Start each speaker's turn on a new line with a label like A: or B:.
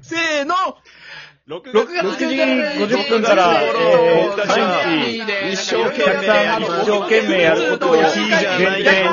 A: せーの
B: 6
A: !6
B: 月
A: 月
C: 6時
A: 19
C: 50分から
B: えー
A: 僕たちは
B: 毎
C: 日一生懸命一生懸命やることを
A: いいじゃない
C: 前提に